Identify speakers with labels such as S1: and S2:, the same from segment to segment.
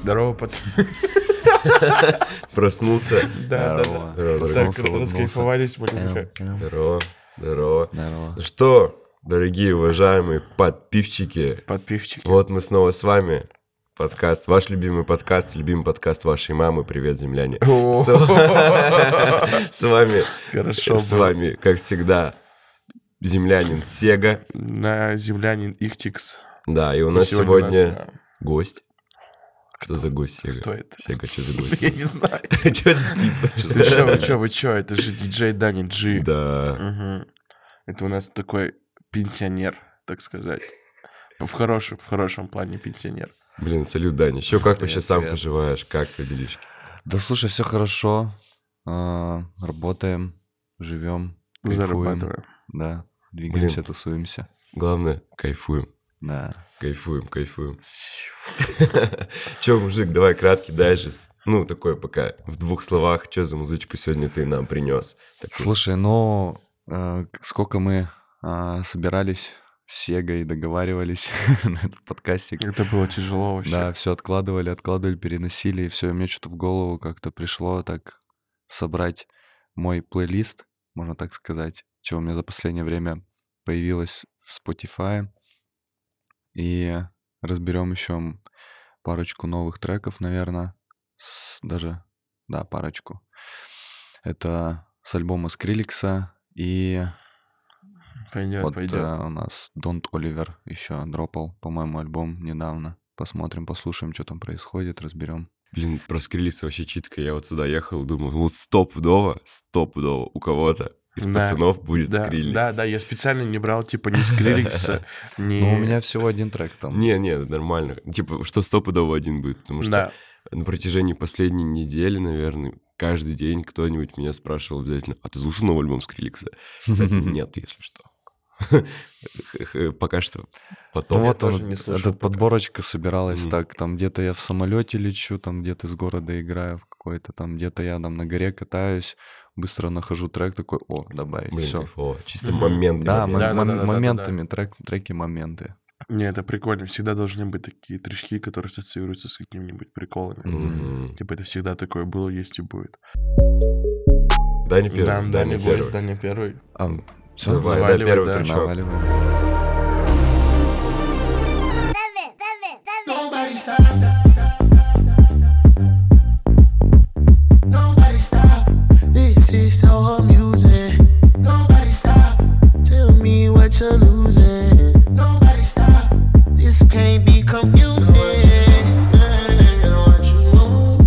S1: Здорово, пацаны.
S2: Проснулся.
S1: Да, да, да. Так,
S2: Здорово.
S1: раскайфовались,
S2: Эм.
S1: блин.
S2: Здорово. Здорово.
S3: Здорово.
S2: Что, дорогие уважаемые подписчики,
S1: Подписчики.
S2: вот мы снова с вами. Подкаст, ваш любимый подкаст, любимый подкаст вашей мамы. Привет, земляне.
S1: О,
S2: С с вами,
S1: Хорошо.
S2: с
S1: было.
S2: вами, как всегда, землянин Сега.
S1: На землянин Ихтикс.
S2: Да, и у нас сегодня гость. Что за гость Сега?
S1: Кто это?
S2: Сега, что за гость?
S1: Я не знаю.
S2: Что за тип? Чё
S1: Вы
S2: за-
S1: чё, вы чё, вы чё, это же диджей Дани Джи.
S2: Да.
S1: Мгм. Это у нас такой пенсионер, так сказать. В хорошем, в хорошем плане пенсионер.
S2: Блин, салют, Даня. Еще как вообще
S3: Привет,
S2: сам
S3: привет.
S2: поживаешь? Как ты, делишки?
S3: Да слушай, все хорошо. А, Работаем, живем, кайфуем.
S1: Зарабатываю.
S3: Да, двигаемся, тусуемся.
S2: Главное, кайфуем.
S3: Да.
S2: Кайфуем, кайфуем. Че, мужик, давай краткий дай же, с- ну, такое пока, в двух словах, что за музычку сегодня ты нам принес?
S3: Слушай, ну, э, к- сколько мы а, собирались с Сегой, договаривались на этот подкастик.
S1: Это было тяжело вообще.
S3: Да, все откладывали, откладывали, переносили, и все, и мне что-то в голову как-то пришло так собрать мой плейлист, можно так сказать, чего у меня за последнее время появилось в Spotify. И разберем еще парочку новых треков, наверное, даже, да, парочку. Это с альбома Скриликса и
S1: Пойдет,
S3: вот
S1: пойдет.
S3: э, у нас Донт Оливер еще дропал, по-моему, альбом недавно. Посмотрим, послушаем, что там происходит, разберем.
S2: Блин, проскрились вообще читка. Я вот сюда ехал, думал, вот стопудово, стопудово у кого-то из
S1: Да.
S2: пацанов будет
S1: Да,
S2: скриликс.
S1: да, да, я специально не брал, типа, ни скриликса,
S2: Ну,
S1: ни...
S3: Но Ну, у меня всего один трек там.
S2: Не, не, нормально. Типа, что стопудово один будет, потому что
S1: Да.
S2: на протяжении последней недели, наверное, каждый день кто-нибудь меня спрашивал обязательно, а ты слушал новый альбом Скриликса? Кстати, нет, если что. Х-х-х, Пока что.
S3: Ну
S2: Потом.
S3: вот
S1: тоже
S3: он,
S1: не слушал
S3: этот
S1: пока.
S3: подборочка собиралась
S2: Мгм.
S3: так, там где-то я в самолете лечу, там где-то из города играю в какой-то, там где-то я там на горе катаюсь, быстро нахожу трек такой, о, добавить,
S2: Блин,
S3: все.
S2: кайфово. Чисто
S1: Мгм.
S2: момент.
S3: Да,
S2: момент.
S3: мом-
S1: Да-да-да-да-да-да.
S3: мом- моментами, трек- треки моменты.
S1: Не, это прикольно. Всегда должны быть такие тришки, которые ассоциируются с какими-нибудь приколами.
S2: Мгм.
S1: Типа это всегда такое было, есть и будет.
S2: Даня первый.
S1: да,
S2: Даня первый.
S1: Даня первый.
S3: А, все,
S2: Давай,
S1: Наваливай,
S2: да, первый
S1: да.
S2: трючок.
S4: Nobody stop. This is soul music. Nobody stop. Tell me what you're losing. Nobody stop. This can't be confusing. I don't want you move.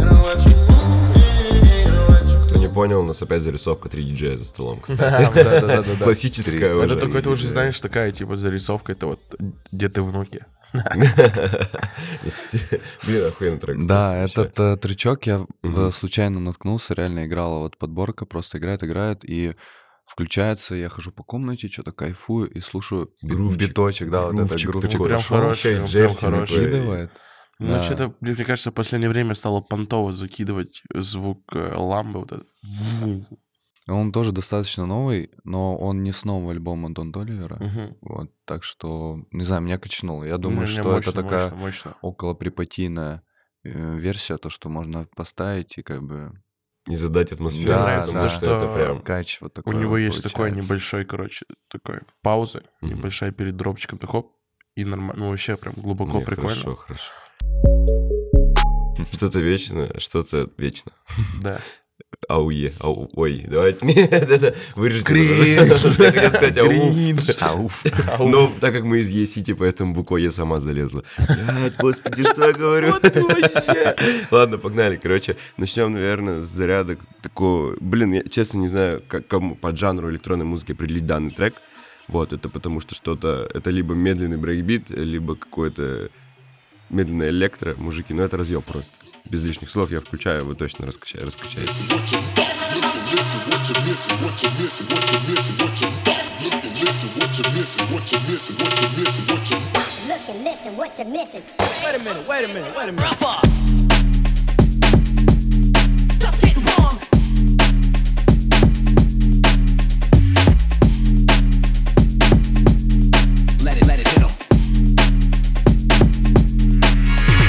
S4: I don't want you move. I don't want you
S2: Кто не понял, у нас опять зарисовка 3 диджея за столом, кстати.
S1: Это
S2: Классическая уже.
S1: только ты уже знаешь, такая типа зарисовка, это вот где ты внуки.
S2: Блин, охуенный трек. кстати,
S3: Да,
S2: вообще.
S3: этот э, трючок я в-
S2: Мгм.
S3: случайно наткнулся, реально играла вот подборка, просто играет, играет, и включается, я хожу по комнате, что-то кайфую и слушаю бит-
S2: Грувчик.
S3: биточек, да, вот этот
S2: Грувчик
S3: грувчик
S2: такой.
S1: Прям
S3: пошёл,
S1: хороший,
S2: Вообще
S1: он прям
S2: джерси
S1: хороший.
S2: такой.
S3: закидывает.
S1: Ну,
S3: Да.
S1: что-то, мне мне кажется, в последнее время стало понтово закидывать звук э, ламбы. Вот этот.
S3: Он тоже достаточно новый, но он не с нового альбома Дон Оливера.
S1: Мгм.
S3: Вот, так что, не знаю, меня качнуло. Я
S1: Не,
S3: думаю,
S1: не,
S3: что
S1: мощно,
S3: это такая
S1: мощно, мощно.
S3: около припатийная версия, то, что можно поставить и как бы
S2: Не задать атмосферу.
S3: Да,
S2: потому
S3: да.
S2: что это прям...
S3: кач вот
S1: У
S3: такой.
S1: него
S3: вот
S1: есть такой
S3: получается.
S1: небольшой, короче, такой пауза,
S2: Мгм.
S1: небольшая перед дропчиком, так хоп, и нормально, ну вообще прям глубоко
S2: Не,
S1: прикольно.
S2: Хорошо, хорошо. Что-то вечно, что-то вечно.
S1: Да.
S2: Ауе, ау, ой, давайте, нет, это вырежете.
S3: Кринж.
S2: Я хотел сказать
S1: а
S2: ауф,
S1: Кринж.
S3: Ауф.
S1: А Ну,
S2: но Ну, так как мы из Е-Сити, поэтому буква Е сама залезла. Блядь, господи, что я говорю? Ладно, погнали, короче, начнем, наверное, с заряда такого, блин, я честно не знаю, как кому по жанру электронной музыки определить данный трек, вот, это потому что что-то, это либо медленный брейкбит, либо какой-то медленный электро, мужики, ну это разъеб просто. Без лишних слов я включаю, вы точно раскача- раскачаете.
S5: Look and listen what you're missing.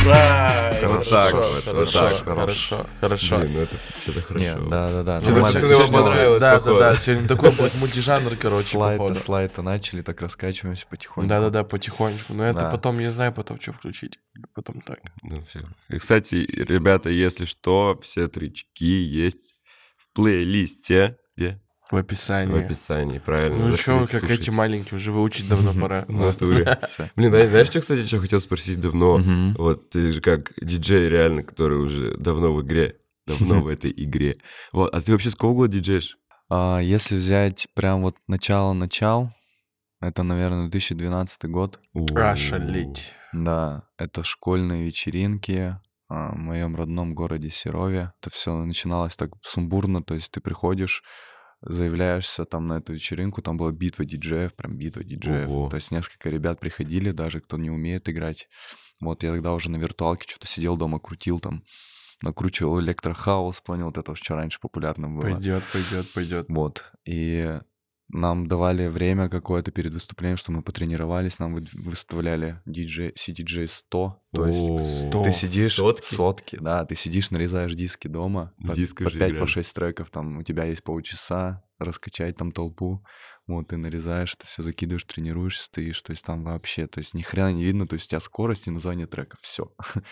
S1: Right.
S2: Хорошо.
S1: Хорошо,
S2: так,
S1: хорошо, хорошо.
S2: Блин, ну это что-то
S3: Нет,
S2: хорошо.
S3: да-да-да.
S1: Чё-то
S2: Нормально.
S1: сегодня вам
S2: Сегодня
S1: понравилось,
S2: да,
S1: походу.
S2: да,
S1: Да,
S2: да.
S1: сегодня такой будет мультижанр, короче,
S3: Слайд-то
S1: походу.
S3: слайд-то начали, так раскачиваемся потихоньку.
S1: Да-да-да, потихонечку. Но это
S3: Да.
S1: потом, я знаю, потом что включить. Потом так.
S2: Ну, всё. И, кстати, ребята, если что, все трички есть в плейлисте. Где?
S1: В описании.
S2: В описании,
S1: Ну
S2: правильно. Заходите,
S1: что, как эти
S2: слушайте.
S1: маленькие, уже выучить давно пора.
S2: В натуре. Блин, а знаешь, что, кстати, что хотел спросить давно?
S3: Мгм.
S2: Вот ты же как диджей реально, который уже давно в игре. Давно в этой игре. Вот, а ты вообще с какого года диджеешь?
S3: А, если взять прям вот начало-начал, это, наверное, 2012 год.
S1: А, шалить.
S3: Да, это школьные вечеринки а, в моем родном городе Серове. Это все начиналось так сумбурно, то есть ты приходишь, заявляешься там на эту вечеринку, там была битва диджеев, прям битва диджеев.
S2: Ого.
S3: То есть несколько ребят приходили, даже кто не умеет играть. Вот я тогда уже на виртуалке что-то сидел дома, крутил там, накручивал электрохаус, понял, вот это что раньше популярно было.
S1: Пойдет, пойдет, пойдет.
S3: Вот. И нам давали время какое-то перед выступлением, что мы потренировались, нам выд- выставляли DJ, CDJ 100, то есть
S1: Сто.
S3: ты сидишь
S2: сотки?
S3: сотки? да, ты сидишь, нарезаешь диски дома,
S2: С
S3: по,
S2: диска
S3: по
S2: же
S3: 5 по
S2: играют.
S3: 6 треков, там у тебя есть полчаса, раскачать там толпу, вот ты нарезаешь, это все закидываешь, тренируешься, стоишь, то есть там вообще, то есть ни хрена не видно, то есть у тебя скорость и название трека, все.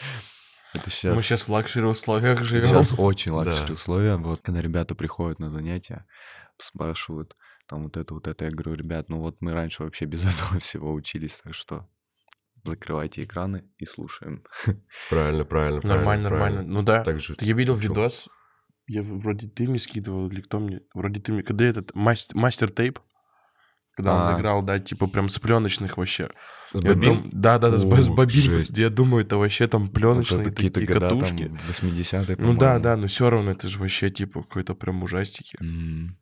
S2: Ну,
S3: Это сейчас...
S1: Мы сейчас в лакшери условиях живем.
S3: Сейчас очень лакшери
S2: Да.
S3: условия. Вот когда ребята приходят на занятия, спрашивают там вот это, вот это, я говорю, ребят, ну вот мы раньше вообще без этого всего учились, так что закрывайте экраны и слушаем.
S2: Правильно, правильно, правильно.
S1: Нормально, нормально.
S2: правильно.
S1: Ну да.
S2: Так же.
S1: Ты- Я видел
S2: Почему?
S1: видос. Я в- вроде ты мне скидывал, или кто мне. Вроде ты мне. Когда этот мастер, мастер тейп. Когда
S3: А.
S1: он играл, да, типа прям с пленочных вообще.
S2: С
S1: Я
S2: бобин?
S1: дум- Да, да, да, с, бо- с
S2: О,
S1: бобин.
S2: жесть.
S1: Я думаю, это вообще там
S3: Вот
S1: пленочные
S3: это
S1: такие
S3: Ну, какие-то года там
S1: катушки.
S3: 80-е,
S1: ну да,
S3: по-моему.
S1: да, но все равно это же вообще типа какой-то прям ужастики.
S3: М.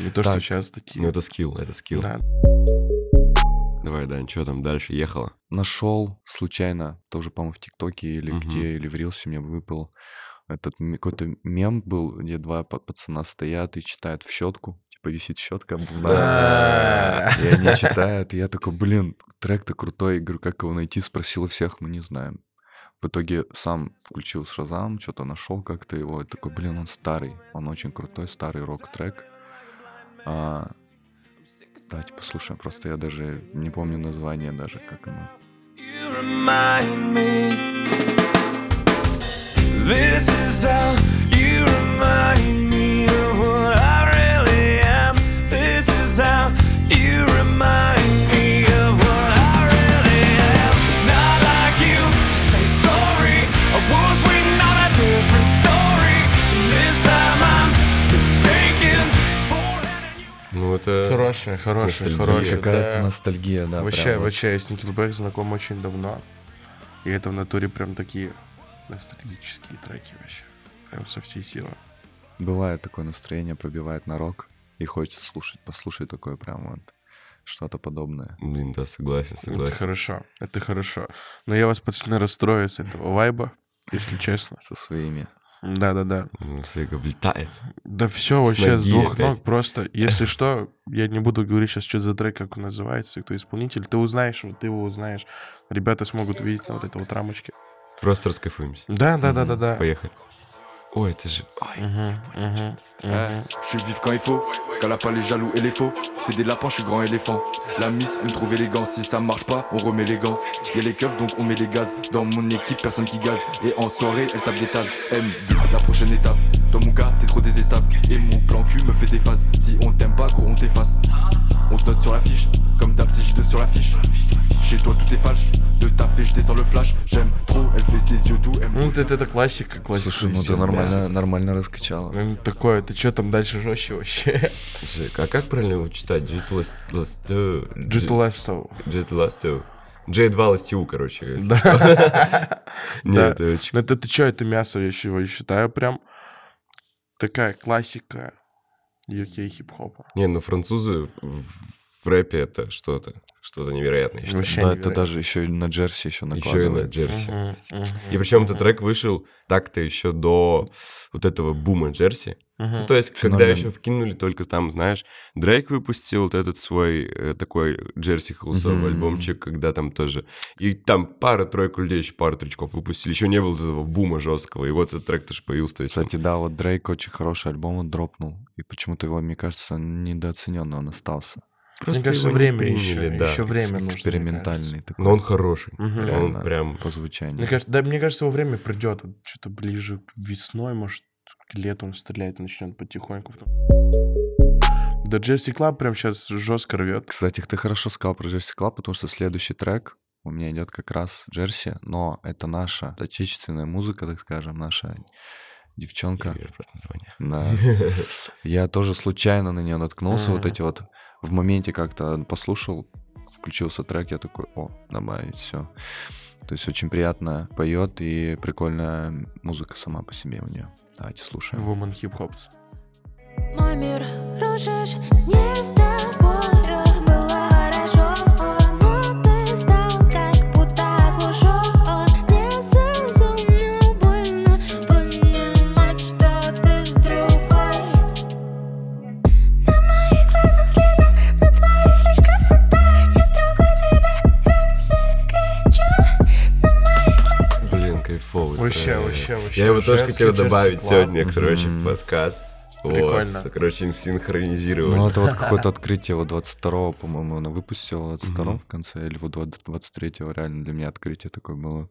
S1: Не то, что
S3: Так.
S1: сейчас такие.
S2: Ну это скилл, это скилл.
S1: Да.
S2: Давай, Дань, что там дальше? Ехала?
S3: Нашел случайно, тоже, по-моему, в ТикТоке или
S2: Мгм.
S3: где, или в Рилсе мне выпал этот м- какой-то мем был, где два па- пацана стоят и читают в щетку, типа висит щетка, И они читают, и я такой, блин, трек-то крутой, говорю, как его найти, спросил у всех, мы не знаем. В итоге сам включил Шазам, что-то нашел как-то его, и такой, блин, он старый, он очень крутой, старый рок-трек. А, давайте послушаем, просто я даже не помню название даже, как оно.
S6: You remind me. This is how you remind me of what I really am. This is how you remind me of what I really am. It's not like you to say sorry. I was we not a different story. And this time I'm mistaken for letting you.
S2: Ну это...
S1: Хорошая, хорошая,
S2: Ностальгия.
S1: хорошая.
S3: Какая-то
S1: да.
S3: ностальгия, да.
S1: Вообще,
S3: прям вот.
S1: вообще, я с Никелбэк знаком очень давно. И это в натуре прям такие ностальгические треки вообще. Прям со всей силы.
S3: Бывает такое настроение, пробивает на рок, и хочется слушать, послушай такое прям вот, что-то подобное.
S2: Блин, да, согласен,
S1: Это
S2: согласен.
S1: хорошо, это хорошо. Но я вас, пацаны, расстрою с этого вайба, если честно.
S3: Со своими.
S1: Да-да-да.
S2: Ну, Все как влетает.
S1: Да все
S2: С
S1: вообще с
S2: ноги
S1: двух
S2: опять.
S1: ног просто. Если что, я не буду говорить сейчас, что за трек, как он называется, и кто исполнитель. Ты узнаешь, его, ты его узнаешь. Ребята смогут увидеть на вот этой вот рамочке.
S2: Просто раскайфуемся.
S1: Да-да-да-да-да.
S2: Поехали. Ой, это же... Ой.
S1: Мгм, мгм, мгм.
S7: Je suis vif quand il faut, qu'à la pas les jaloux et les faux. C'est des lapins, je suis grand éléphant. La miss, elle me trouve élégant. Si ça marche pas, on remet les gants. Y'a les keufs, donc on met les gaz. Dans mon équipe, personne qui gaze. Et en soirée, elle tape des tasses. M, la prochaine étape. Toi, mon gars, t'es trop détestable. Et mon plan cul me fait des phases. Si on t'aime pas, gros, on t'efface. On te note sur la fiche, comme d'hab si je te sur la fiche. Chez toi, tout est falche. De ta fée, je descends le flash. J'aime trop, elle fait ses yeux doux. Elle me
S1: Ну, вот это, это классика, классика.
S3: Слушай, ну
S1: всё,
S3: ты
S1: да.
S3: нормально, нормально раскачала.
S1: Ну, Такое, ты что там дальше жестче вообще?
S2: Жек, а как правильно его читать? Джет Лас- Ластё-
S1: Джит Лестов.
S2: Джет Ластё. Джет Ластю, короче. если
S1: Да.
S2: что.
S1: Да.
S2: Нет, это очень...
S1: Ну, это ты что, это мясо, я ещё его считаю прям такая классика UK хип-хопа.
S2: Не, ну французы в- в- в рэпе это что-то, что-то невероятное. я считаю.
S1: Вообще
S3: Да, это
S1: невероятно.
S3: даже еще и на Джерси еще
S2: Еще и на
S3: накладывается.
S2: Джерси.
S1: Мгм,
S2: И
S1: мгм,
S2: причем этот
S1: мгм,
S2: трек вышел так-то еще до вот этого бума Джерси.
S1: мгм.
S2: Ну, то есть, когда
S3: Феномен.
S2: еще вкинули только там, знаешь, Дрейк выпустил вот этот свой э, такой Джерси Холсов
S3: Мгм.
S2: альбомчик, когда там тоже... И там пара-тройку людей, еще пару трючков выпустили. Еще не было этого бума жесткого. И вот этот трек тоже появился. То есть, он-
S3: Кстати, да, вот Дрейк очень хороший альбом он дропнул. И почему-то его, мне кажется, недооцененно он остался.
S2: просто
S1: Мне кажется,
S2: его не
S1: время
S2: приняли,
S1: еще,
S2: да.
S1: еще время нужно.
S3: Экспериментальный такой.
S2: Но он хороший.
S1: Мгм.
S2: Он
S3: реально
S2: прям...
S3: по звучанию.
S1: Мне кажется, да, мне кажется, его время придет. Что-то ближе к весной, может, к лету он стреляет, начнет потихоньку. потом. Да, Джерси Клаб прям сейчас жестко рвет.
S3: Кстати, ты хорошо сказал про Джерси Клаб, потому что следующий трек у меня идет как раз Джерси, но это наша отечественная музыка, так скажем, наша девчонка.
S2: Я просто название.
S3: Да. Я тоже случайно на нее наткнулся, вот
S1: Мгм.
S3: эти вот в моменте как-то послушал, включился трек, я такой, о, добавить все. То есть очень приятно поет и прикольная музыка сама по себе у нее. Давайте слушаем.
S1: Woman Hip Hops.
S8: Мой мир рушишь не с тобой Было хорошо, но ты стал как будто оглушен Не сезонно больно понимать, что ты с другой На моих глазах слезы, на твоих лишь красота Я с другой тебя рассекречу На моих глазах
S2: Блин, кайфовый
S1: Вообще,
S2: трек.
S1: вообще, вообще.
S2: Э, Я его тоже
S1: Женский
S2: хотел
S1: Джерси
S2: добавить
S1: Клаб.
S2: сегодня, короче,
S3: Мгм.
S2: в подкаст. Вот.
S1: Прикольно.
S2: Короче, синхронизировали.
S3: Ну, это вот какое-то открытие вот 22-го, по-моему, она выпустила, 22-го в конце, или вот 23-го, реально для меня открытие такое было.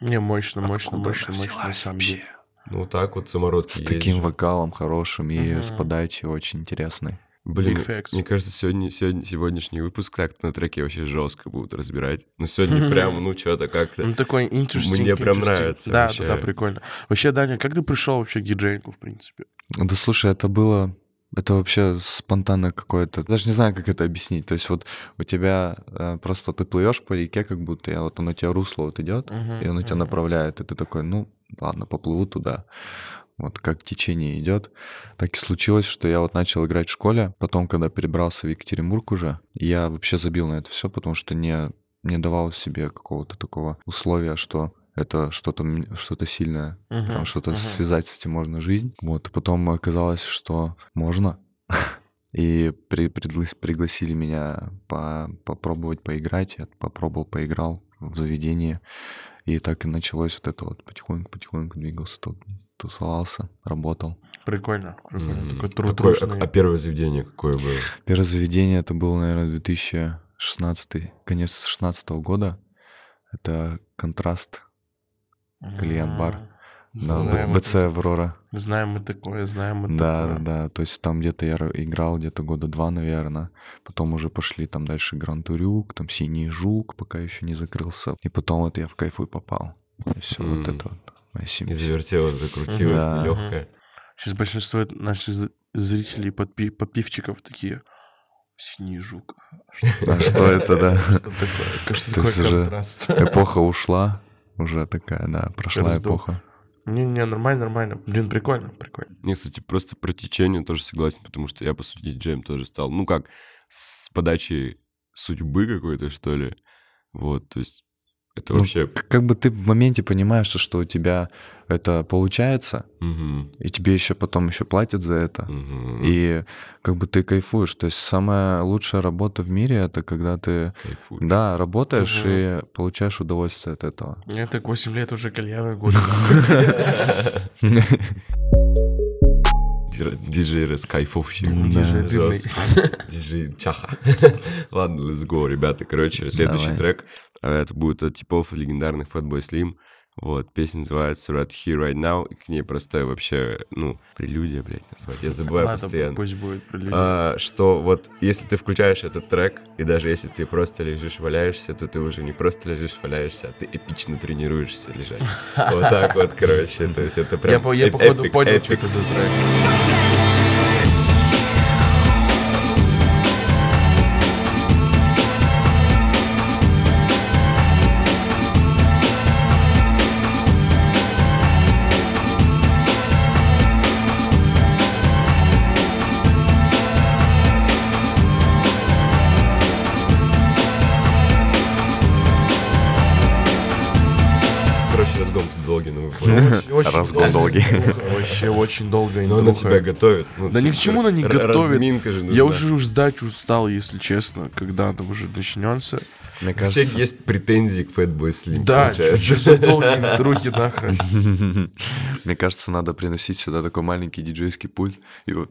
S1: Не, мощно, мощно,
S3: Откуда
S1: мощно,
S3: она
S1: мощно, на
S3: взялась
S1: самом
S3: вообще?
S1: деле.
S2: Ну так вот самородки
S3: С
S2: есть
S3: таким
S2: же.
S3: вокалом хорошим и с
S1: Мгм.
S3: подачей очень интересной.
S2: Блин,
S1: Big facts.
S2: мне кажется, сегодня, сегодня, сегодняшний выпуск как-то на треке вообще жестко будут разбирать. Но сегодня прям, ну что-то как-то...
S1: Ну, такой interesting.
S2: Мне прям
S1: interesting.
S2: нравится
S1: Да,
S2: вообще.
S1: да, да, прикольно. Вообще, Даня, как ты пришел вообще к диджейку, в принципе?
S3: Да слушай, это было... Это вообще спонтанно какое-то. Даже не знаю, как это объяснить. То есть вот у тебя э, просто ты плывешь по реке, как будто, и вот оно тебя русло вот идет, и оно тебя направляет, и ты такой, ну ладно, поплыву туда. Вот как течение идет. Так и случилось, что я вот начал играть в школе. Потом, когда перебрался в Екатеринбург уже, я вообще забил на это все, потому что не, не давал себе какого-то такого условия, что это что-то что сильное.
S1: Мгм,
S3: Потому что-то
S1: мгм.
S3: связать с этим можно жизнь. Вот, и потом оказалось, что можно. И при- приглас- пригласили меня по- попробовать поиграть. Я попробовал, поиграл в заведении. И так и началось вот это вот. Потихоньку-потихоньку двигался, тут тусовался, работал.
S1: Прикольно, прикольно.
S2: М,
S1: Такой
S2: какое- а-
S1: трудный.
S2: а, первое заведение какое было?
S3: Первое заведение это было, наверное, 2016, конец 2016 года. Это контраст клиент бар. на
S1: Знаем,
S3: Б- БЦ Аврора.
S1: это- знаем мы такое, знаем мы
S3: Да, да,
S1: такое.
S3: да. То есть там где-то я ра- играл где-то года два, наверное. Потом уже пошли там дальше Грантурюк, там Синий Жук, пока еще не закрылся. И потом вот я в кайфу попал. И все, вот
S2: М.
S3: это вот. Моя
S2: И
S3: семья.
S2: завертелось, закрутилось,
S3: Да.
S2: легкое.
S1: Сейчас большинство наших з- зрителей, подпи- подпивчиков такие, снижук.
S3: Да, что это, да?
S1: Что такое? Что
S3: То есть
S1: такое
S3: уже-
S1: контраст?
S3: Эпоха ушла. Уже такая, да, прошла
S1: Раздув.
S3: эпоха.
S1: Не-не, нормально, нормально. Блин, прикольно, прикольно.
S2: Я, кстати, просто про течение тоже согласен, потому что я, по сути, диджеем тоже стал. Ну как, с подачи судьбы какой-то, что ли. Вот, то есть это
S3: Ну,
S2: вообще...
S3: к- Как бы ты в моменте понимаешь, что- что у тебя это получается,
S2: Мгм,
S3: и тебе еще потом еще платят за это.
S2: мгм.
S3: И как бы ты кайфуешь. То есть самая лучшая работа в мире это когда ты
S2: Кайфуй.
S3: Да, работаешь и получаешь удовольствие от этого.
S1: Я так 8 лет уже кальяна говорю.
S2: Дир- Диджей Рес, кайфовщик.
S1: Диджей дырный.
S2: Жёстко. Диджей Чаха. Ладно, let's go, ребята. Короче, следующий
S3: Давай.
S2: трек. э, Это будет от типов легендарных Fatboy Slim. Вот, песня называется Right Here, Right Now. И к ней простая вообще, ну, прелюдия, блядь, назвать. Я забываю
S1: Ладно,
S2: постоянно.
S1: пусть будет. прелюдия.
S2: А, что вот если ты включаешь этот трек, и даже если ты просто лежишь, валяешься, то ты уже не просто лежишь, валяешься, а ты эпично тренируешься лежать. Вот так вот, короче, то есть это прям
S1: Я, по- я
S3: э,
S2: эп-
S1: походу
S2: эпик,
S1: понял,
S2: эпик.
S1: что это за трек.
S2: ну,
S3: Разгон долгий.
S1: Вообще очень долго и
S2: Но она тебя
S1: нудно.
S2: готовит. Ну,
S1: Да ни к
S2: всё,
S1: чему она не
S2: р-
S1: готовит.
S2: Разминка же нужна.
S1: Я уже уж ждать устал, если честно, когда она уже начнется.
S3: Мне
S2: У всех
S3: кажется,
S2: есть претензии к Fatboy Slim,
S1: Да, чё- чё
S2: получается.
S1: за долгие интрухи нахрен.
S3: мне кажется, надо приносить сюда такой маленький диджейский пульт и вот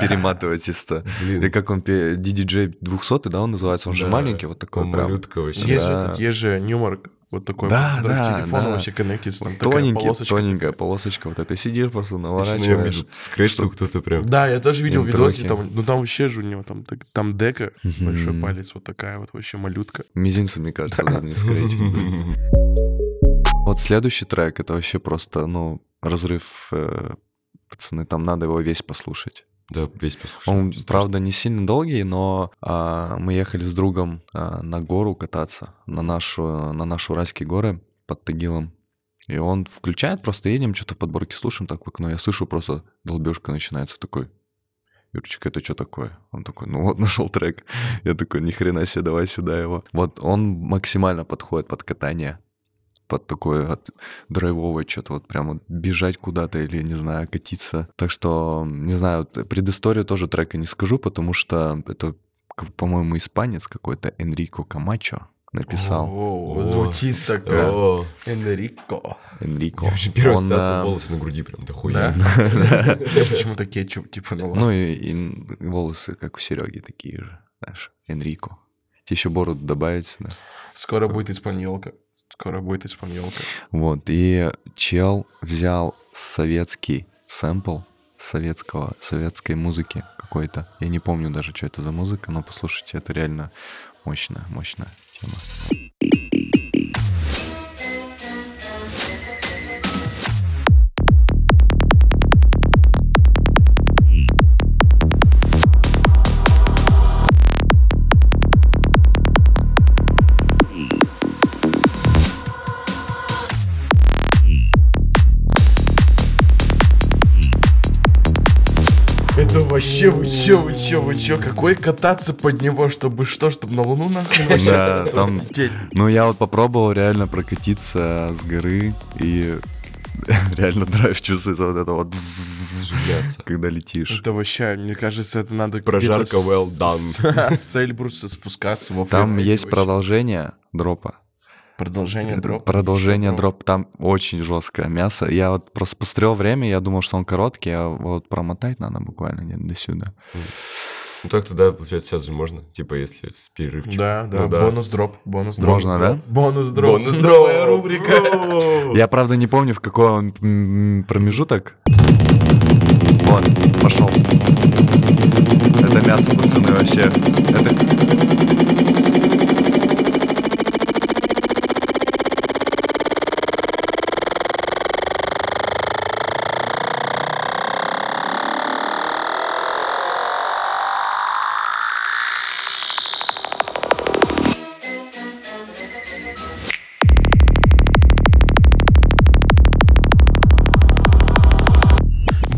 S3: перематывать из ста. И как он, пе- DDJ 200, да, он называется? Он же
S2: Да,
S3: маленький, вот такой
S2: он
S3: прям.
S2: малютка вообще.
S1: Есть же
S3: Да.
S1: этот, есть же Ньюмарк, вот такой,
S3: Да,
S1: который
S3: да,
S1: телефоном
S3: да.
S1: вообще коннектится, там такая
S3: Тоненький,
S1: полосочка.
S3: тоненькая полосочка. Вот это сидишь просто,
S2: Ещё на нём
S3: наворачиваешь.
S2: идут скретчил кто-то прям.
S1: Да, я тоже видел
S3: Интроки.
S1: видосы, там, ну там вообще же у него там, так- там дека, большой палец, вот такая вот вообще малютка.
S3: Мизинцем, мне кажется, надо не склеить. Вот следующий трек, это вообще просто, ну, разрыв, э, пацаны, там надо его весь послушать.
S2: Да, весь послушал.
S3: Он,
S2: Честно.
S3: правда, не сильно долгий, но а, мы ехали с другом а, на гору кататься, на нашу, на наши Уральские горы под Тагилом. И он включает, просто едем, что-то в подборке слушаем так в окно. Я слышу, просто долбежка начинается такой. Юрчик, это что такое? Он такой, ну вот, нашел трек. Я такой, ни хрена себе, давай сюда его. Вот он максимально подходит под катание. Под такое от драйвовое что-то, вот прям вот бежать куда-то или, не знаю, катиться. Так что, не знаю, вот предысторию тоже трека не скажу, потому что это, к- по-моему, испанец какой-то, Энрико Камачо написал.
S1: О,
S2: О.
S1: звучит так. э,
S2: О,
S1: Энрико.
S3: Энрико.
S2: вообще первая
S3: Он,
S2: ассоциация
S3: а,
S2: волосы на груди прям дохуя.
S1: Да? Почему-то кетчуп, типа, ну ладно.
S3: Ну и, и волосы, как у Сереги, такие же, знаешь, Энрико. Тебе еще бороду добавить, да.
S1: Скоро будет испаньолка. Скоро будет испаньолка.
S3: Вот, и чел взял советский сэмпл советского, советской музыки какой-то. Я не помню даже, что это за музыка, но послушайте, это реально мощная, мощная тема.
S1: Это вообще вы чё, вы чё, вы чё? Какой кататься под него, чтобы что, чтобы на луну нахрен вообще?
S3: Да, там...
S1: Тень.
S3: Ну, я вот попробовал реально прокатиться с горы и реально драйв чувствуется вот это вот,
S2: Мясо.
S3: когда летишь.
S1: Это вообще, мне кажется, это надо...
S2: Прожарка
S1: где-то с-
S2: well done.
S1: С с Эльбруса спускаться во
S3: Там
S1: Фрейбурге
S3: есть
S1: вообще.
S3: продолжение дропа.
S1: Продолжение дроп.
S3: Продолжение
S1: Еще
S3: дроп. Там очень жесткое мясо. Я вот просто пострел время, я думал, что он короткий, а вот промотать надо буквально не до сюда.
S2: Ну так тогда, получается, сейчас же можно. Типа, если с перерывчиком.
S1: Да, да,
S2: Ну да.
S1: бонус дроп, бонус дроп.
S3: Можно, да?
S1: Бонус дроп.
S2: Бонус
S1: Новая
S2: дроп.
S1: рубрика.
S3: Я, правда, не помню, в какой он м, промежуток. Вот, пошел. Это мясо, пацаны, вообще. Это...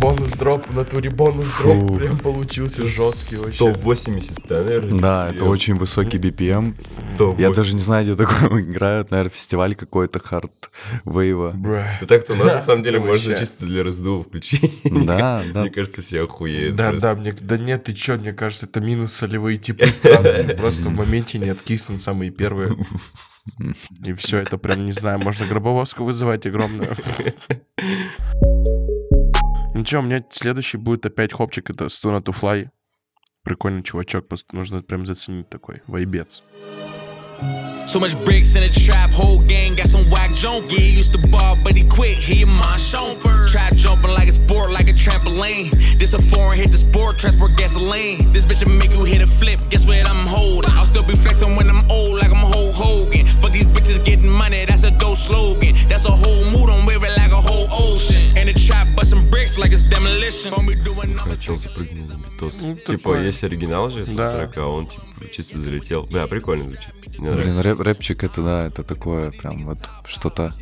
S1: Бонус дроп, в натуре бонус дроп. Прям получился жесткий вообще.
S2: 180, да, наверное?
S3: Да, это очень высокий эм. BPM. Я даже не знаю, где такое играют. Наверное, фестиваль какой-то хард-вейва.
S1: Бра.
S2: Да так-то у нас, на самом деле,
S1: Да,
S2: можно
S1: вообще.
S2: чисто для раздува включить.
S3: Да, да.
S2: Мне кажется, все охуеют.
S1: Да,
S2: просто.
S1: да, мне, да нет, ты чё, мне кажется, это минус солевые типы сразу, просто в моменте не откиснут самые первые. И все, это прям, не знаю, можно гробовозку вызывать огромную. Ну чё, у меня следующий будет опять хопчик, это Stuna to Fly. Прикольный чувачок, просто нужно прям заценить такой, вайбец.
S6: So much bricks in a trap, whole gang got some whack junk. Yeah, he used to ball, but he quit. He a my chauffeur. Try jumping like a sport, like a trampoline. This a foreign hit the sport, transport gasoline. This bitch will make you hit a flip. Guess what I'm holding? I'll still be flexing when I'm old, like I'm whole Hogan. Fuck these bitches getting money, that's a dope slogan. That's a whole mood, I'm wearing like a whole ocean. And the trap busting bricks like it's demolition. For me doing numbers.
S2: Когда чел запрыгнул на битос.
S1: Ну,
S2: типа,
S1: такое.
S2: есть оригинал же этого
S1: Да.
S2: трека, а он типа чисто залетел. Да, прикольно звучит. Мне
S3: Блин,
S2: нравится.
S3: рэп, рэпчик это да, это такое прям вот что-то.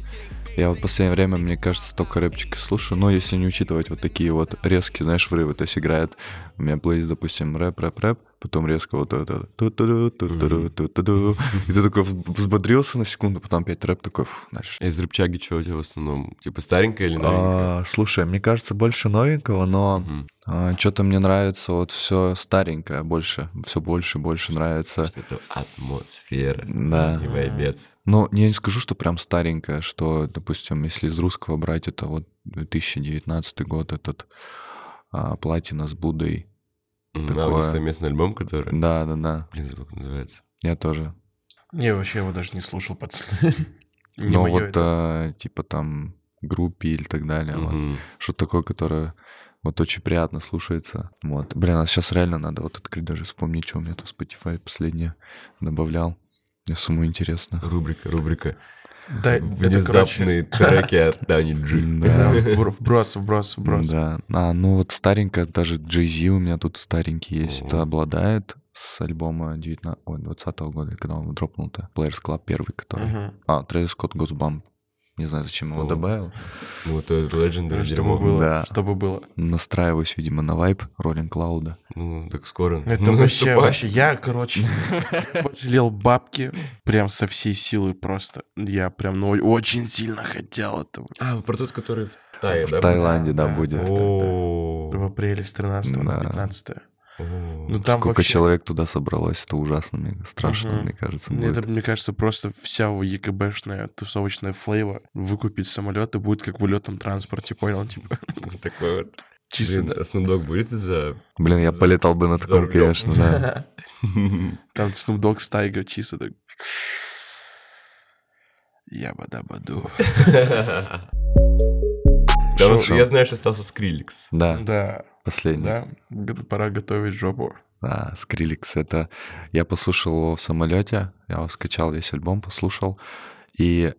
S3: Я вот в последнее время, мне кажется, только рэпчик и слушаю, но если не учитывать вот такие вот резкие, знаешь, врывы, то есть играет у меня плейлист, допустим, рэп, рэп, рэп, потом резко вот это. ту-ту-ду, ту-ту-ду, ту-ту-ду. И ты такой взбодрился на секунду, потом опять рэп такой, фу, дальше.
S2: А из рыбчаги что у тебя в основном? Типа старенькая или новенькая?
S3: А, Слушай, мне кажется, больше новенького, но
S2: Мгм.
S3: что-то мне нравится вот все старенькое больше, все больше и больше нравится.
S2: Что это атмосфера.
S3: Да.
S2: И вайбец.
S3: Ну, я не скажу, что прям старенькая, что, допустим, если из русского брать, это вот 2019 год, этот а, Платина с Будой.
S2: М, А, у
S3: Такое.
S2: них совместный альбом, который...
S3: Да-да-да,
S2: Блин, забыл, как называется.
S3: я тоже.
S1: Не, вообще его даже не слушал, пацаны. Не
S3: Но
S1: моё
S3: вот,
S1: это.
S3: а, типа там, группе или так далее, вот.
S2: Мгм.
S3: Что-то такое, которое вот очень приятно слушается. Вот. Блин, а сейчас реально надо вот открыть, даже вспомнить, что у меня тут Spotify последнее добавлял. Я самому интересно.
S2: Рубрика, рубрика.
S1: Да, это, короче,
S2: Внезапные треки от Тани Джин.
S1: да, вбро- вброс, вброс, вброс.
S3: Да. А, ну вот старенькая, даже Jay-Z у меня тут старенький есть.
S2: Мгм.
S3: Это обладает с альбома 19, ой, 20 года, когда он дропнул-то. Players Club первый, который.
S1: Мгм.
S3: А, Трэвис Скотт Госбамп. Не знаю, зачем его
S2: О.
S3: добавил.
S2: Ну, вот это
S1: Чтобы
S2: Legendary дерьмо.
S1: было,
S3: Да.
S1: чтобы было.
S3: Настраиваюсь, видимо, на вайп Роллинг Клауда.
S2: Ну, так скоро.
S1: Это
S2: Ну,
S1: вообще,
S2: наступай.
S1: вообще, я, короче, пожалел бабки прям со всей силы просто. Я прям, ну, очень сильно хотел этого.
S2: А, вы про тот, который в Тае, да?
S3: В Таиланде, да,
S1: да,
S3: будет.
S1: В
S2: О.
S1: апреле с 13 на
S3: Да.
S1: 15. Ну,
S2: О.
S1: там
S3: Сколько
S1: вообще-
S3: человек туда собралось, это ужасно, мне страшно,
S1: Мгм.
S3: мне кажется.
S1: Мне
S3: будет.
S1: Это, мне кажется, просто вся у ЕКБшная тусовочная флейва выкупить самолет и будет как в летном транспорте, понял? Типа,
S2: Вот Такой вот.
S1: чисто,
S2: Блин,
S1: да.
S2: а Snoop Dogg будет за...
S3: Блин, я
S2: За-
S3: полетал бы на таком,
S2: рулем.
S3: конечно, да.
S1: Там Snoop Dogg с Тайго чисто так. Ябада-баду.
S2: Да, он-
S3: Шо?
S2: Я знаю, что остался Скриликс.
S3: Да,
S1: Да,
S3: последний.
S1: да, г- пора готовить жопу.
S3: А, Скриликс, это... Я послушал его в самолете, я его скачал весь альбом, послушал, и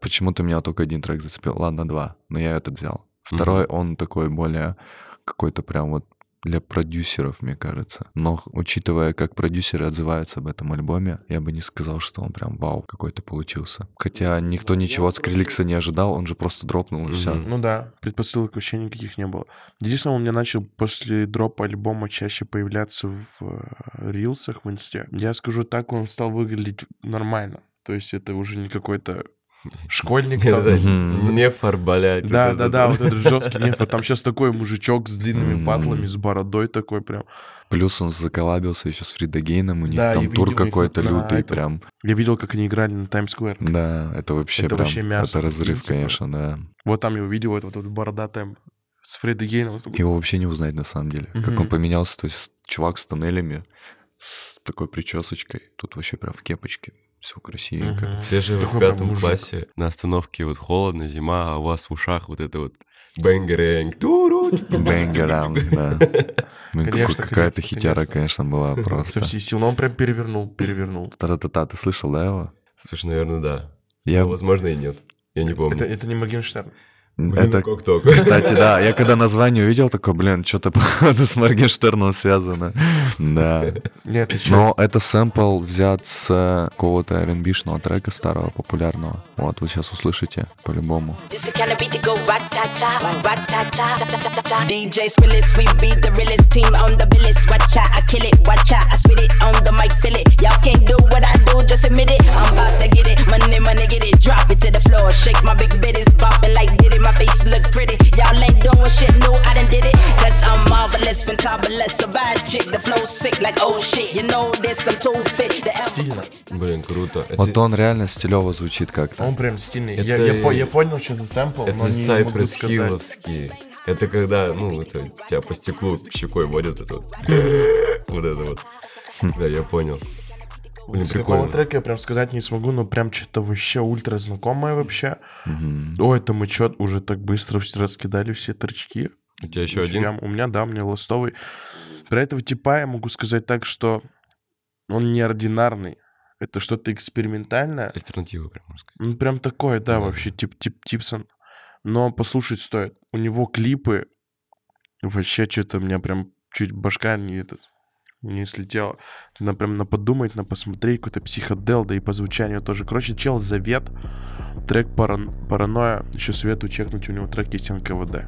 S3: почему-то меня только один трек зацепил. Ладно, два, но я этот взял. Второй, он такой более какой-то прям вот для продюсеров, мне кажется. Но х- учитывая, как продюсеры отзываются об этом альбоме, я бы не сказал, что он прям вау какой-то получился. Хотя никто ничего от Скриликса не ожидал, он же просто дропнул и все.
S2: Мгм.
S1: Ну да, предпосылок вообще никаких не было. Единственное, у меня начал после дропа альбома чаще появляться в э, рилсах в инсте. Я скажу так, он стал выглядеть нормально. То есть это уже не какой-то школьник. там.
S2: Да-да-да,
S3: Мгм.
S2: Не фарбалять.
S1: Да, да, да, вот этот жесткий нефа. Там сейчас такой мужичок с длинными
S3: Мгм.
S1: патлами, с бородой такой прям.
S3: Плюс он заколабился еще с Фридагейном, у них
S1: Да, я
S3: там тур
S1: видел, у них
S3: какой-то
S1: на
S3: лютый,
S1: этом-
S3: прям.
S1: Я видел, как они играли на Таймс-сквер.
S3: Да, это вообще
S1: Это
S3: прям...
S1: вообще мясо
S3: это разрыв,
S1: прикинь, типа.
S3: конечно, да.
S1: Вот там я увидел вот этот бородатый с Фредди Гейном. Вот такой.
S3: Его вообще не узнать на самом деле. Как
S1: Мгм.
S3: он поменялся, то есть чувак с тоннелями, с такой причесочкой. Тут вообще прям в кепочке. Все красивенько.
S1: Мгм.
S2: Все же в
S1: Такой прям
S2: пятом
S1: мужик.
S2: классе на остановке вот холодно, зима, а у вас в ушах вот это вот бэнгерэнг. туру.
S3: Бэнгерам, да. Ну, какой-
S1: Конечно, конечно,
S3: какая-то хитяра, конечно, была
S1: Со
S3: просто.
S1: всей силы. Но он прям перевернул, перевернул.
S3: Та-та-та, ты слышал, да, его?
S2: Слушай, наверное, да.
S3: Я...
S2: Ну, Возможно, и нет. Я не помню.
S1: Это, это не Моргенштерн.
S2: Блин,
S3: Это,
S2: ну как так?
S3: кстати, да, я когда название увидел, такой, блин, что-то походу с Моргенштерном связано. Да.
S1: Нет, ты чё?
S3: Но это сэмпл взят с э, какого-то rb трека старого, популярного. Вот, вы сейчас услышите по-любому.
S9: This the kind of beat that go rock ta ta, rock ta ta, ta ta ta ta. DJ Spillis, we be the realest team on the billis. Watch out, I kill it, watch out, I spit it on the mic, feel it. Y'all can't do what I do, just admit it. I'm about to get it, money, money, get it, drop it to the floor, shake my big bitties, bopping like did it. My face look pretty, y'all ain't doing shit new, I done did it. Cause I'm marvelous, fantabulous, a bad chick, the flow sick like oh shit. You know this, I'm too fit to ever quit.
S2: Блин, круто. Это-
S3: Вот он реально стилево звучит как-то.
S1: А Он прям стильный.
S2: Это-
S1: Я, я по- я понял, что за сэмпл, но
S2: Это
S1: не могу
S2: Cypress
S1: сказать.
S2: Hill'овские. Это когда, ну, это тебя по стеклу щекой водят, это вот. Вот это вот. Да, я понял. Блин,
S1: С какого
S2: прикольно.
S1: трека я прям сказать не смогу, но прям что-то вообще ультра знакомое вообще. О, это мы чё уже так быстро все раскидали все торчки.
S2: У тебя еще
S1: Нифига.
S2: один?
S1: У меня, да, у меня ластовый. Про этого типа я могу сказать так, что он неординарный. Это что-то экспериментальное.
S2: Альтернатива, прям можно сказать.
S1: Ну, прям такое, да,
S2: Да.
S1: вообще, тип, тип Типсон. Но послушать стоит. У него клипы вообще что-то у меня прям чуть башка не, этот, не слетела. Надо прям на подумать, на посмотреть, какой-то психодел, да и по звучанию тоже. Короче, чел Завет, трек «Паран- Паранойя, еще советую чекнуть, у него трек есть НКВД.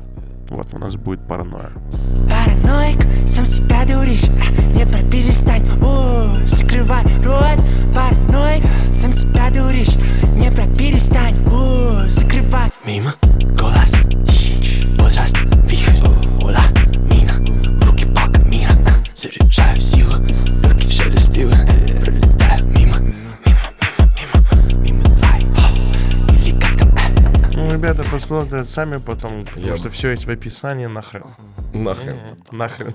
S1: Вот у нас будет паранойя.
S10: Параноик, сам себя дуришь а, Не пора, перестань, о, закрывай рот Параноик, сам себя дуришь Не пора, перестань, о, закрывай
S6: Мимо Голос тихий Возраст вихрь Ула Мина Руки пак мира Заряжаю силу Руки шелестивы Пролетаю мимо Мимо, мимо, мимо Мимо твои а, Или как там э,
S1: Ну, ребята, посмотрят сами потом, потому
S2: Я
S1: что все есть в описании, нахрен.
S2: Нахрен.
S1: Нахрен.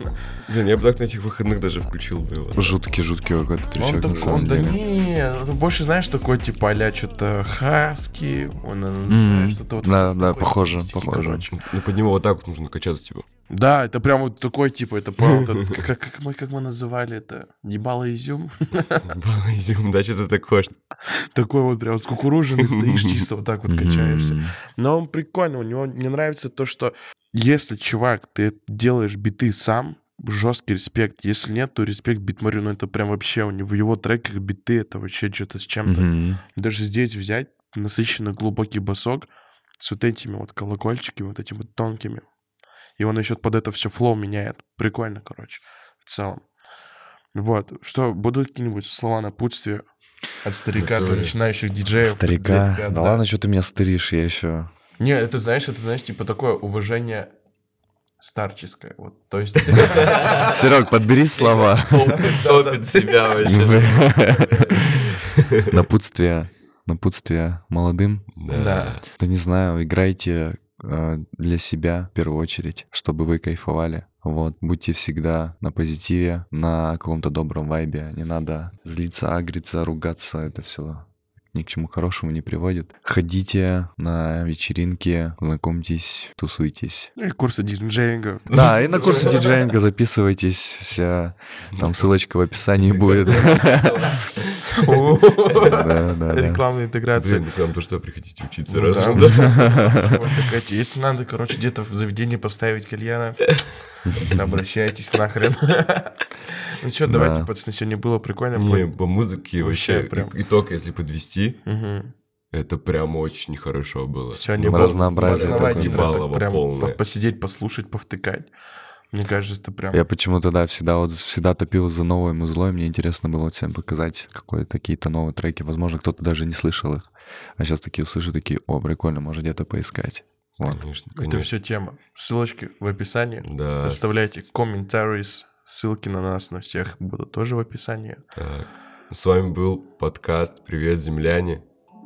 S2: Блин, я бы так на этих выходных даже включил бы его.
S3: Жуткий-жуткий какой-то трючок,
S1: Он,
S3: на
S1: так,
S3: самом
S1: он да
S3: деле.
S1: не, он больше знаешь такой типа а что-то хаски, он э,
S3: Мгм.
S1: что-то вот.
S3: Да,
S1: в
S3: да,
S1: такой
S3: похоже,
S1: стилистике,
S3: похоже.
S1: короче.
S2: Ну, под него вот так вот нужно качаться, типа.
S1: Да, это прям вот такой типа, это правда. Как, как мы как мы называли это? Ебало изюм.
S2: Бала изюм, да, что-то такое. что-
S1: Такой вот прям с кукуружиной стоишь чисто вот так вот качаешься.
S3: Мгм.
S1: Но он прикольный, у него мне нравится то, что если, чувак, ты делаешь биты сам, жесткий респект. Если нет, то респект битмарю, ну это прям вообще у него в его треках биты, это вообще что-то с чем-то.
S3: Мгм.
S1: Даже здесь взять насыщенно глубокий басок с вот этими вот колокольчиками, вот этими вот тонкими. И он еще под это все флоу меняет. Прикольно, короче, в целом. Вот. Что, будут какие-нибудь слова напутствия от старика до
S2: Которые-
S1: начинающих диджеев?
S3: Старика.
S1: Ребят,
S3: Э, Да ладно, что ты меня стыришь, я еще...
S1: не, это знаешь, это знаешь, типа такое уважение старческое. Вот, то есть,
S3: Серег, подбери слова.
S2: Топит себя вообще.
S3: Напутствие. Напутствие молодым.
S1: да.
S3: Да не знаю, играйте э, для себя в первую очередь, чтобы вы кайфовали. Вот, будьте всегда на позитиве, на каком-то добром вайбе. Не надо злиться, агриться, ругаться. Это все ни к чему хорошему не приводит. Ходите на вечеринки, знакомьтесь, тусуйтесь.
S1: Ну и курсы диджеинга.
S3: Да, и на курсы диджеинга записывайтесь. Вся там ссылочка в описании будет. Да, да, да.
S1: Рекламная интеграция.
S2: Блин, ну к нам то, что приходите учиться
S1: Ну
S2: раз
S1: да.
S2: же, да?
S1: Вот такая, Если надо, короче, где-то в заведении поставить кальяна, обращайтесь нахрен. Ну что, давайте,
S3: Да.
S1: пацаны, сегодня было прикольно.
S2: Не,
S1: Было-
S2: по музыке
S1: Вообще
S2: вообще
S1: прям.
S2: и- итог, если подвести,
S1: Мгм.
S2: это прям очень хорошо было.
S1: Сегодня
S3: Ну,
S1: было
S3: разнообразие
S1: познавательно,
S2: такое.
S1: так
S2: Балово
S1: прям
S2: полное.
S1: по- посидеть, послушать, повтыкать. Мне кажется, это прям...
S3: Я почему-то, да, всегда вот всегда топил за новое музло, и мне интересно было вот всем показать какой- какие-то новые треки. Возможно, кто-то даже не слышал их. А сейчас такие услышу, такие, о, прикольно, можно где-то поискать. Вот.
S2: Конечно,
S1: Это
S2: конечно.
S1: все тема. Ссылочки в описании.
S2: Да.
S1: Оставляйте
S2: с-
S1: комментарии, ссылки на нас, на всех будут тоже в описании.
S2: так. С вами был подкаст «Привет, земляне».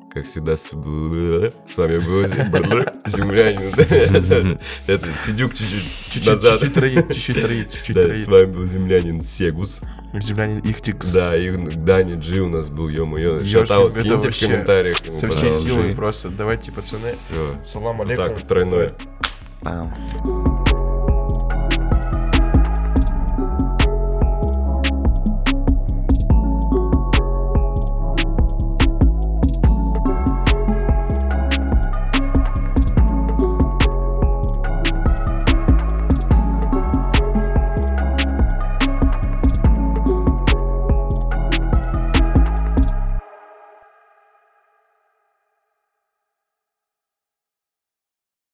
S2: Как всегда, с, с вами был зем- землянин. Это сидюк чуть-чуть чуть
S1: Чуть-чуть
S2: назад.
S1: чуть-чуть троит, чуть-чуть троит, чуть-чуть
S2: Да, с
S1: троит.
S2: вами был землянин Сегус.
S1: Землянин Ихтикс.
S2: Да, и Дани Джи у нас был, ё-моё.
S1: Ёшкин,
S2: Шатаут
S1: это
S2: киньте в
S1: вообще
S2: комментариях. ему,
S1: Со всей
S2: пожалуйста.
S1: силы просто. Давайте, пацаны.
S2: Всё.
S1: Салам
S2: Так,
S1: алейкум.
S2: вот тройное.
S3: Пам.
S1: Бля.